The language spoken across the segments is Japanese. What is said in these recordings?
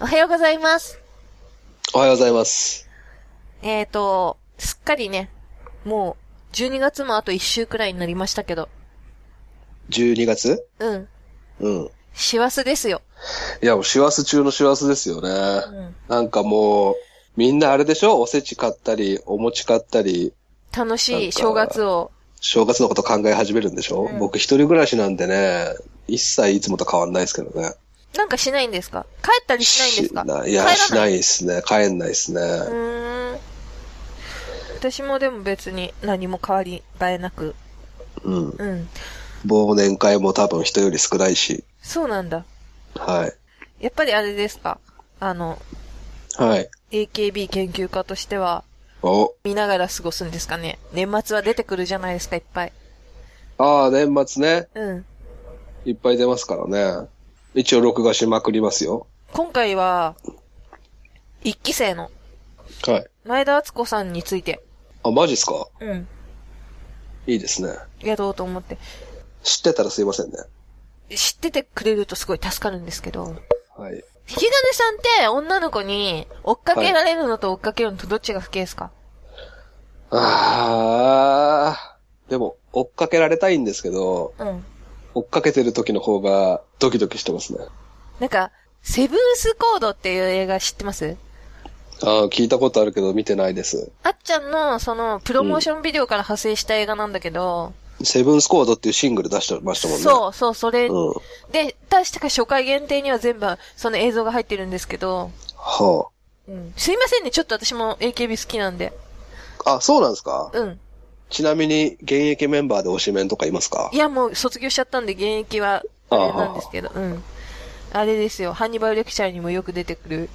おはようございます。おはようございます。えーと、すっかりね、もう、12月もあと1週くらいになりましたけど、 12月うん、うん。師走ですよ。いや、もう師走中の師走ですよね。うん、なんかもう、みんなあれでしょおせち買ったり、お餅買ったり、楽しなんいか正月を、正月のこと考え始めるんでしょ、うん僕一人暮らしなんでね、一切いつもと変わんないですけどね。なんかしないんですか帰ったりしないんですかしないいや、帰らないしないですね。帰んないですね。うーん。私もでも別に何も変わり映えなく、うん。うん。忘年会も多分人より少ないし。そうなんだ。はい。やっぱりあれですかあの、はい。 AKB 研究家としては、お。見ながら過ごすんですかね年末は出てくるじゃないですか、いっぱい。ああ、年末ね。うん。いっぱい出ますからね。一応録画しまくりますよ。今回は、一期生のはい。前田敦子さんについて、あ、マジっすかうん、いいですね。やろうと思って。知ってたらすいませんね。知っててくれるとすごい助かるんですけど、はい。引き金さんって女の子に追っかけられるのと追っかけるのとどっちが不敬ですか、あー。でも、追っかけられたいんですけど、うん。追っかけてる時の方がドキドキしてますね。なんか、セブンスコードっていう映画知ってますあー聞いたことあるけど見てないです。あっちゃんの、その、プロモーションビデオから派生した映画なんだけど、セブンスコードっていうシングル出してましたもんね。そう、そう、それ、うん。で、確か初回限定には全部、その映像が入ってるんですけど、はうん。すいませんね、ちょっと私も AKB 好きなんで。あ。あ、そうなんですかうん。ちなみに、現役メンバーで推しメンとかいますかいや、もう卒業しちゃったんで、現役は、あれなんですけど、うん。あれですよ、ハンニバルレクチャーにもよく出てくる、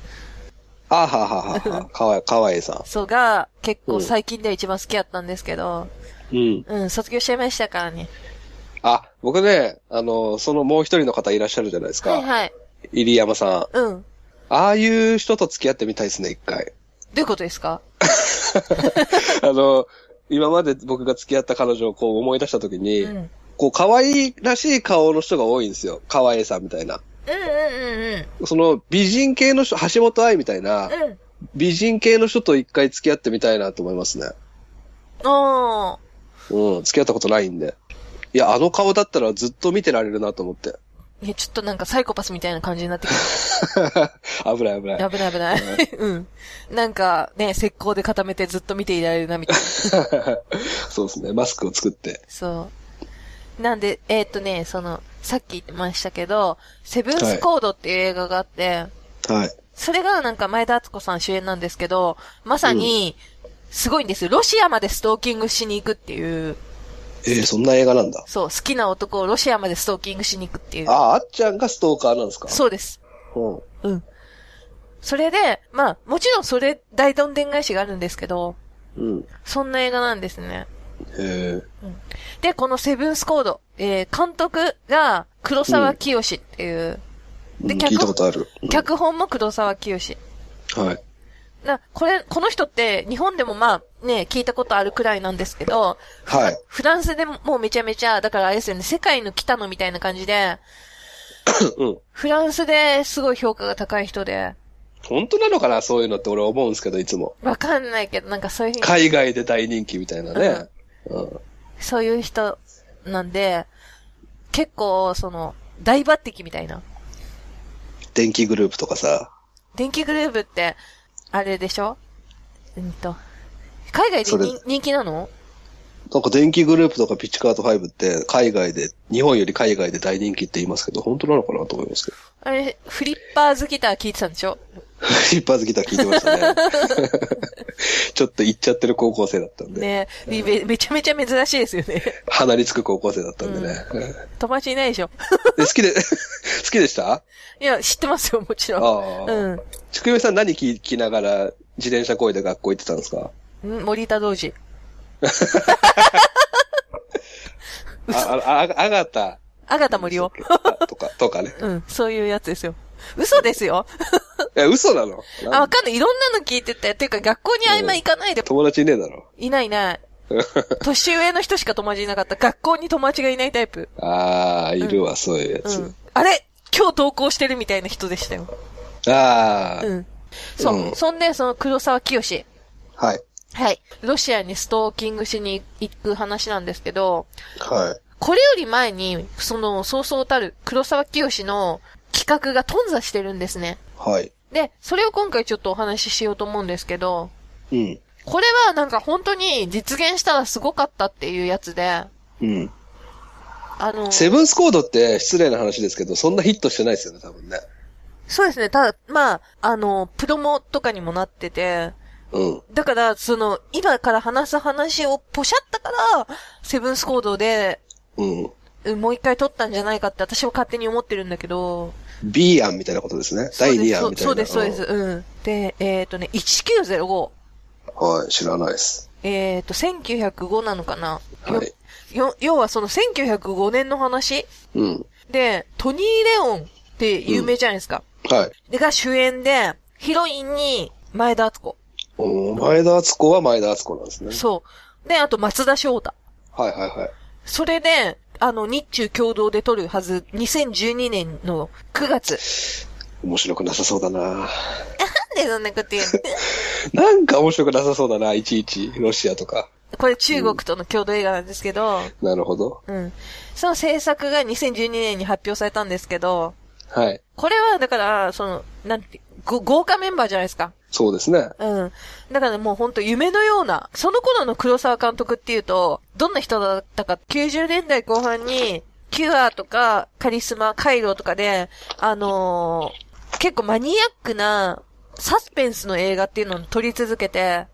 あーはーはーは ー。かわいい、かわいいさそうが、結う構ん最近では一番好きやったんですけど、ん。うん。うん、卒業しちゃいましたからね。あ、僕ね、あの、そのもう一人の方いらっしゃるじゃないですか。はいはい。入山さん。うん。どああいう人と付き合ってみたいですね、一回。ういうことですか あの、今まで僕が付き合った彼女をこう思い出した時に、うん。うんこう可愛らしい顔の人が多いんですよ。可愛いさんみたいな。うんうんその美人系の人、橋本愛みたいな、うん。うん。美人系の人と一回付き合ってみたいなと思いますね。あーうん、付き合ったことないんで。いや、あの顔だったらずっと見てられるなと思って。 いや、ちょっとなんかサイコパスみたいな感じになってき 危ない危ない。た。危ない危ない。うん。なんか、ね、石膏で固めてずっと見ていられるな、みたいな。 そうですね。マスクを作って。そう。なんで、えーっとね、その、さっき言ってましたけど、セブンスコードっていう映画があって、はい。それがなんか前田敦子さん主演なんですけど、まさに、すごいんですよ。ロシアまでストーキングしに行くっていう、えー、そんな映画なんだ。そう、好きな男をロシアまでストーキングしに行くっていう。ああ、あっちゃんがストーカーなんですかそうです。うん。うん。それで、まあ、もちろんそれ、大どんでん返しがあるんですけど、うん。そんな映画なんですね。へえ。で、このセブンスコード、えー、監督が黒沢清っていう、でうん脚聞いたことある。うん脚本も黒沢清。はい。な、これ、この人って日本でもまあね、聞いたことあるくらいなんですけど、はい。フランスでももうめちゃめちゃ、だからあれですよね、世界の北野みたいな感じで、うん。フランスですごい評価が高い人で、本当なのかなそういうのって俺思うんですけど、いつも。わかんないけど、なんかそういうふうに海外で大人気みたいなね。うん。そういう人なんで、結構、その、大抜擢みたいな。電気グループとかさ。電気グルーブって、あれでしょうんと。海外でそれ人人気なのなんか電気グループとかピッチカート5って海外で、日本より海外で大人気って言いますけど、本当なのかなと思いますけど。 あれ、フリッパーズギター聴いてたんでしょ一発ギター聞いて ましたね。ちょっと行っちゃってる高校生だったんで。ねえ、めめちゃめちゃ珍しいですよ ね。鼻につく高校生だったんでね。で友達いないでしょ好きで、好 きでしたいや、知ってますよ、もちろん。ああ。うん。ちくよみさん何聞きながら自転車こいで学校行ってたんですかん森田同時。あ、あ、あ、あがた。あがた森尾。あとか、とかね。うん、そういうやつですよ。嘘ですよ。え、嘘なのなんあ、わかんない。いろんなの聞いてて。ていうか、学校にあんま行かないで。友達いねえだろ。いないいない。年上の人しか友達いなかった。学校に友達がいないタイプ。ああ、いるわ、そういうやうつ。ん。あれ今日投稿してるみたいな人でしたよ。ああ、うん。そう。うんそんで、その黒沢清。はい。はい。ロシアにストーキングしに行く話なんですけど、はい。これより前に、その、そうそうたる黒沢清の企画が頓挫してるんですね。はい。で、それを今回ちょっとお話ししようと思うんですけど、うん。これはなんか本当に実現したらすごかったっていうやつで、うん。あの、セブンスコードって失礼な話ですけど、そんなヒットしてないですよね、多分ね。そうですね。ただ、まあ、あの、プロモとかにもなってて、うん。だから、その、今から話す話をポシャったから、セブンスコードで、うん。うんもう一回撮ったんじゃないかって私は勝手に思ってるんだけど。 B 案みたいなことですね。第2案みたいそな。うです、そうです、そうです。うん。で、えっ、とね、1905。うん。はい、知らないです。えっ、と、1905なのかな、はい。よよ要はその1905年の話うん。で、トニー・レオンって有名じゃないですか。はい。で、が主演で、ヒロインに前田敦子。お前田敦子は前田敦子なんですね。そう。で、あと松田翔太。はいはいはい。それで、あの、日中共同で撮るはず、2012年の9月。面白くなさそうだななんでそんなこと言うの なんか面白くなさそうだないちいち、ロシアとか。これ中国との共同映画なんですけど、なるほど。うん。その制作が2012年に発表されたんですけど、はい。これはだから、その、なんて、ご豪華メンバーじゃないですか。そうです ね。うん。だからもうほんと夢のような、その頃の黒沢監督っていうと、どんな人だったか、90年代後半に、キュアとか、カリスマ、カイロとかで、あのー結構マニアックな、サスペンスの映画っていうのを撮り続けて、はい。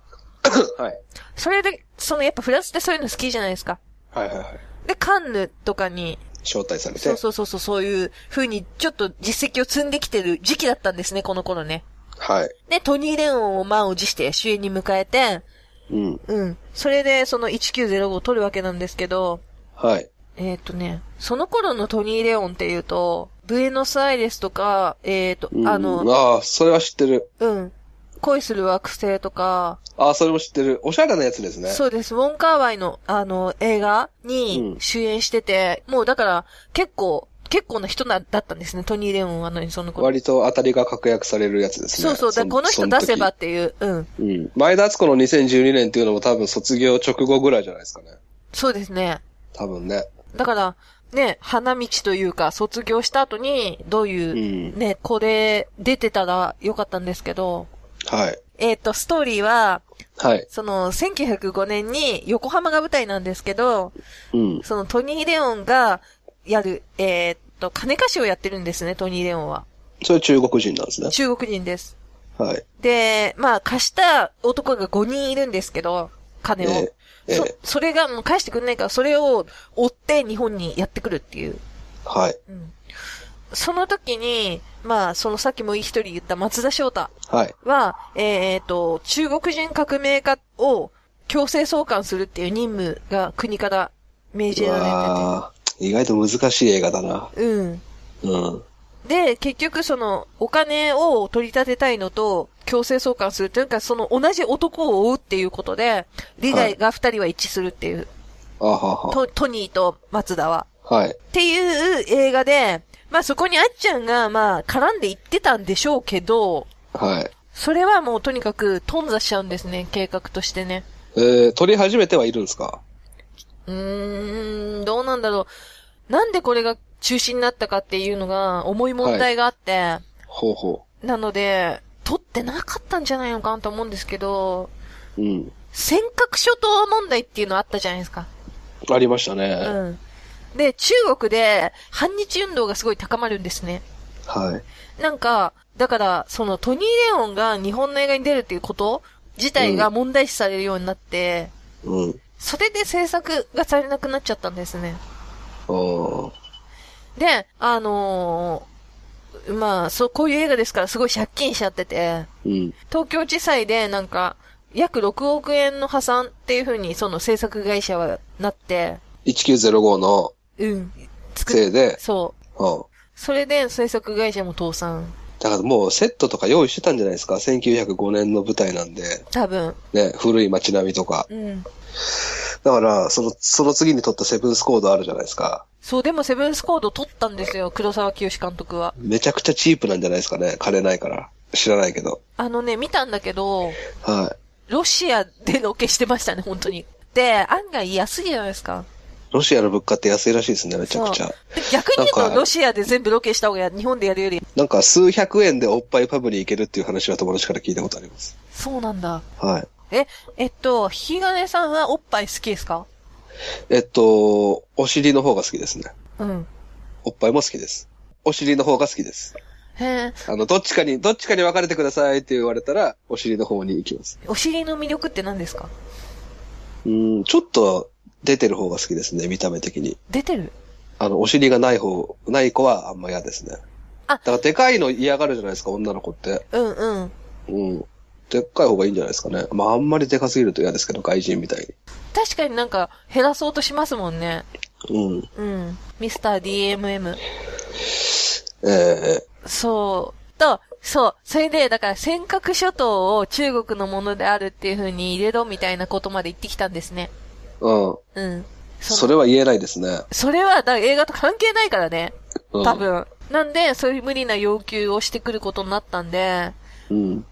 それで、そのやっぱフランスってそういうの好きじゃないですか。はいはいはい。で、カンヌとかに招待されて。そうそうそうそう、そういう風にちょっと実績を積んできてる時期だったんですね、この頃ね。はい。で、トニー・レオンを満を持して主演に迎えて、うん。うん。それでその1905を撮るわけなんですけど、はい。えーっ、とね、その頃のトニー・レオンっていうと、ブエノスアイレスとか、えーっ、とう、んあの、ああ、それは知ってる。うん。恋する惑星とか、ああ、それも知ってる。おしゃれなやつですね。そうです。ウォンカーワイの、あの、映画にうん主演してて、もうだから、結構、結構な人な、だったんですね。トニー・レオンはの、その頃。割と当たりが確約されるやつですね。そうそう、だんこの人出せば。っていう、うん。その時うん。前田敦子の2012年っていうのも多分卒業直後ぐらいじゃないですかね。そうですね。多分ね。だから、ね、花道というか、卒業した後に、どうういう、ん。ね、これ、出てたらよかったんですけど、はい。えっ、と、ストーリーは、はい。その、1905年に横浜が舞台なんですけど、うん。そのトニー・レオンがやる、えっ、と、金貸しをやってるんですね、トニー・レオンは。それ中国人なんですね。中国人です。はい。で、まあ、貸した男が5人いるんですけど、金を。えええそえ、それがもう返してくれないから、それを追って日本にやってくるっていう。はい。うん。その時に、まあ、そのさっきも一人言った松田翔太はい。は、えっ、と、中国人革命家を強制送還するっていう任務が国から命じうらわー意外と難しい映画だな。れてて。うん。うん。で、結局その、お金を取り立てたいのと、強制送還するというか、その同じ男を追うっていうことで、利害が二人は一致するっていう、あはは。トトニーと松田は。はい。っていう映画で、まあそこにあっちゃんが、まあ絡んでいってたんでしょうけど、はい。それはもうとにかく頓挫しちゃうんですね、計画としてね。えー、撮り始めてはいるんですかうーん、どうなんだろう。なんでこれが中止になったかっていうのが重い問題があって、ほうほなので、撮ってなかったんじゃないのかなと思うんですけど、う。うん。尖閣諸島問題っていうのあったじゃないですか。ありましたね。うん。で、中国で反日運動がすごい高まるんですね。はい。なんか、だから、そのトニー・レオンが日本の映画に出るっていうこと自体が問題視されるようになって、うん。それで制作がされなくなっちゃったんですね。おーで、あのーまあ、そう、こういう映画ですからすごい借金しちゃってて、うん。東京地裁でなんか、約6億円の破産っていう風にその制作会社はなって、 1905のうん。作っせいで、そう。うん。それで制作会社も倒産。だからもうセットとか用意してたんじゃないですか。1905年の舞台なんで、多分。ね、古い街並みとか。うん。だから、その、その次に撮ったセブンスコードあるじゃないですか。そう、でもセブンスコード取ったんですよ、黒沢清監督は。めちゃくちゃチープなんじゃないですかね。金ないから。知らないけど。あのね、見たんだけど、はロシアでロケしてましたね、本当に。で、案外安いじゃないですか。い。ロシアの物価って安いらしいですね、めちゃくちゃ。で逆に言うなんと、かロシアで全部ロケした方が日本でやるより、なんか数百円でおっぱいパブに行けるっていう話は友達から聞いたことあります。そうなんだ。はい。え、えっと、ひがねさんはおっぱい好きですかえっと、お尻の方が好きですね。うん。おっぱいも好きです。お尻の方が好きです。へえ、あの、どっちかに、どっちかに分かれてくださいって言われたら、お尻の方に行きます。お尻の魅力って何ですかうん、ちょっと出てる方が好きですね、見た目的に。出てるあの、お尻がない方、ない子はあんま嫌ですね。あだからでかいの嫌がるじゃないですか、女の子って。うんうん。うん。でっかい方がいいんじゃないですかね。まあ、あんまりでかすぎると嫌ですけど、外人みたい確かになんか減らそうとしますもんね。に。うん。うん。ミスター DMM。ええそう。と、そう。それで、だから、尖閣諸島を中国のものであるっていう風に入れろみたいなことまで言ってきたんですね。ううん。ん。うそれは言えないですね。それは、だから映画と関係ないからね。うん多。分。なんで、そういう無理な要求をしてくることになったんで、うん。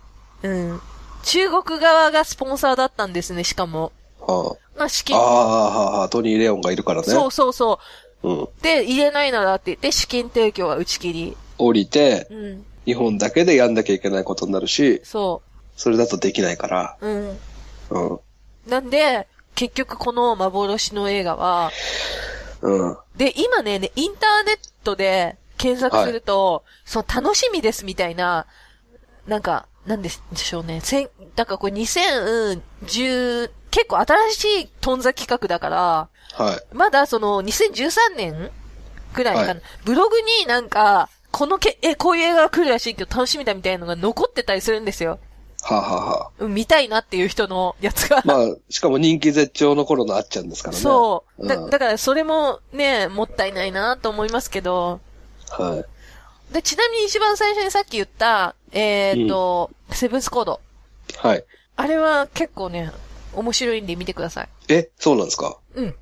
うん。中国側がスポンサーだったんですね、しかも。はまあ、資あ、金。ああ、はあ、トニー・レオンがいるからね。。そうそうそううん。う。で、入れないならって言って、資金提供は打ち切り。降りて、うん。日本だけでやんなきゃいけないことになるし、そそれだとできないから。う。うん。うん。なんで、結局この幻の映画は、うん。で、今ね、ねインターネットで検索すると、その楽しみですみたいな、なんか、なんでしょうね。せん、だからこれ2010、結構新しいトンザ企画だから、はい。まだその2013年くらいかな。はいブログになんか、このけ、え、こういう映画が来るらしいけど楽しみだみたいなのが残ってたりするんですよ。はあ、はあはあ、うん見たいなっていう人のやつが。まあ、しかも人気絶頂の頃のあっちゃんですからね。そう。だう、んだからそれもね、もったいないなと思いますけど。はい。で、ちなみに一番最初にさっき言った、えっ、と、セブンスコード。はい。あれは結構ね、面白いんで見てください。え、そうなんですかうん。へ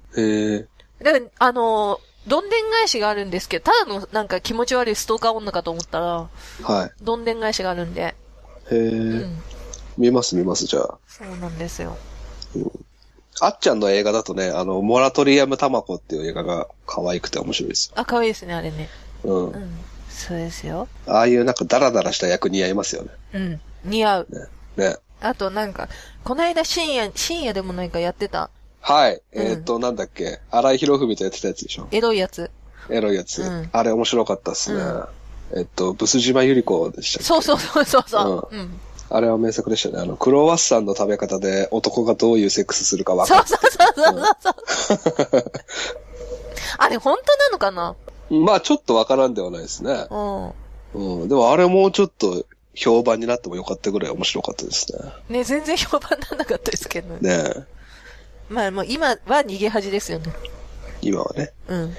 え。だから、あのーどんでん返しがあるんですけど、ただのなんか気持ち悪いストーカー女かと思ったら、はどんでん返しがあるんで。い。へえ、うん。見ます見ます、じゃあ。そうなんですよ。あっちゃんの映画だとね、あの、モラトリアムタマコっていう映画が可愛くて面白いですよ。あ、可愛いですね、あれね。うん。うあん。そうですよ。あいうなんかダラダラした役似合いますよね。うん。似合う。ね。ね。あとなんか、この間深夜、深夜でもなんかやってた、はい。うんえっ、と、なんだっけ。荒井博文とやってたやつでしょ。エロいやつ。エロいやつ。うんあれ面白かったっすね。えっと、ブス島由里子でしたっけそうそうそうそうそう。うん。あれは名作でしたね。あの、クロワッサンの食べ方で男がどういうセックスするか分そかうそうそうそうそうそう。あれ、本当なのかなる。まあ、ちょっと分からんではないですね。ううん。でもあれもうちょっと評判になってもよかったぐらい面白かったですね。ん。ね、全然評判にならなかったですけどね。ねまあ、もう今は逃げ恥ですよね。え今はね。うん。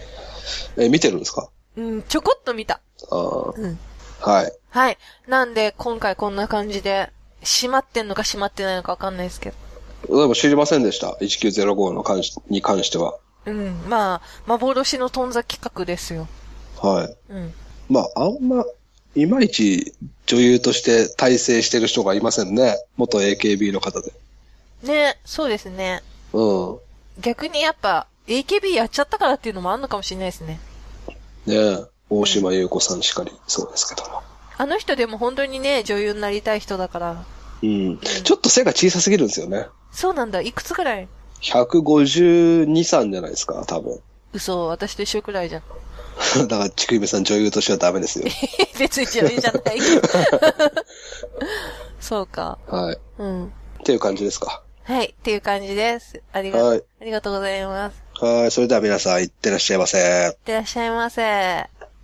え、見てるんですかうん、ちょこっと見た。ああ。うん。はい。はい。なんで、今回こんな感じで、閉まってんのか閉まってないのかわかんないですけど。でも知りませんでした。1905の関しに関しては。うん。まあ、幻のとんざ企画ですよ。はい。うん。まあ、あんま、いまいち女優として大成してる人がいませんね。元 AKB の方で。ね、そうですね。うん。逆にやっぱ、AKB やっちゃったからっていうのもあんのかもしれないですね。ねえ。大島優子さんしかり、そうですけども。あの人でも本当にね、女優になりたい人だから。うん。ちょっと背が小さすぎるんですよね。そうなんだ。いくつぐらい152、3じゃないですか、多分。 嘘、私と一緒くらいじゃん。 だから、ちくゆめさん女優としてはダメ ですよ。別に女優じゃない けど。そうか。はい。っうん。ていう感じですか。はい。っていう感じです。ありが、はいありがとうございます。いはい。それでは皆さん、いってらっしゃいませ。ってらっしゃいませ。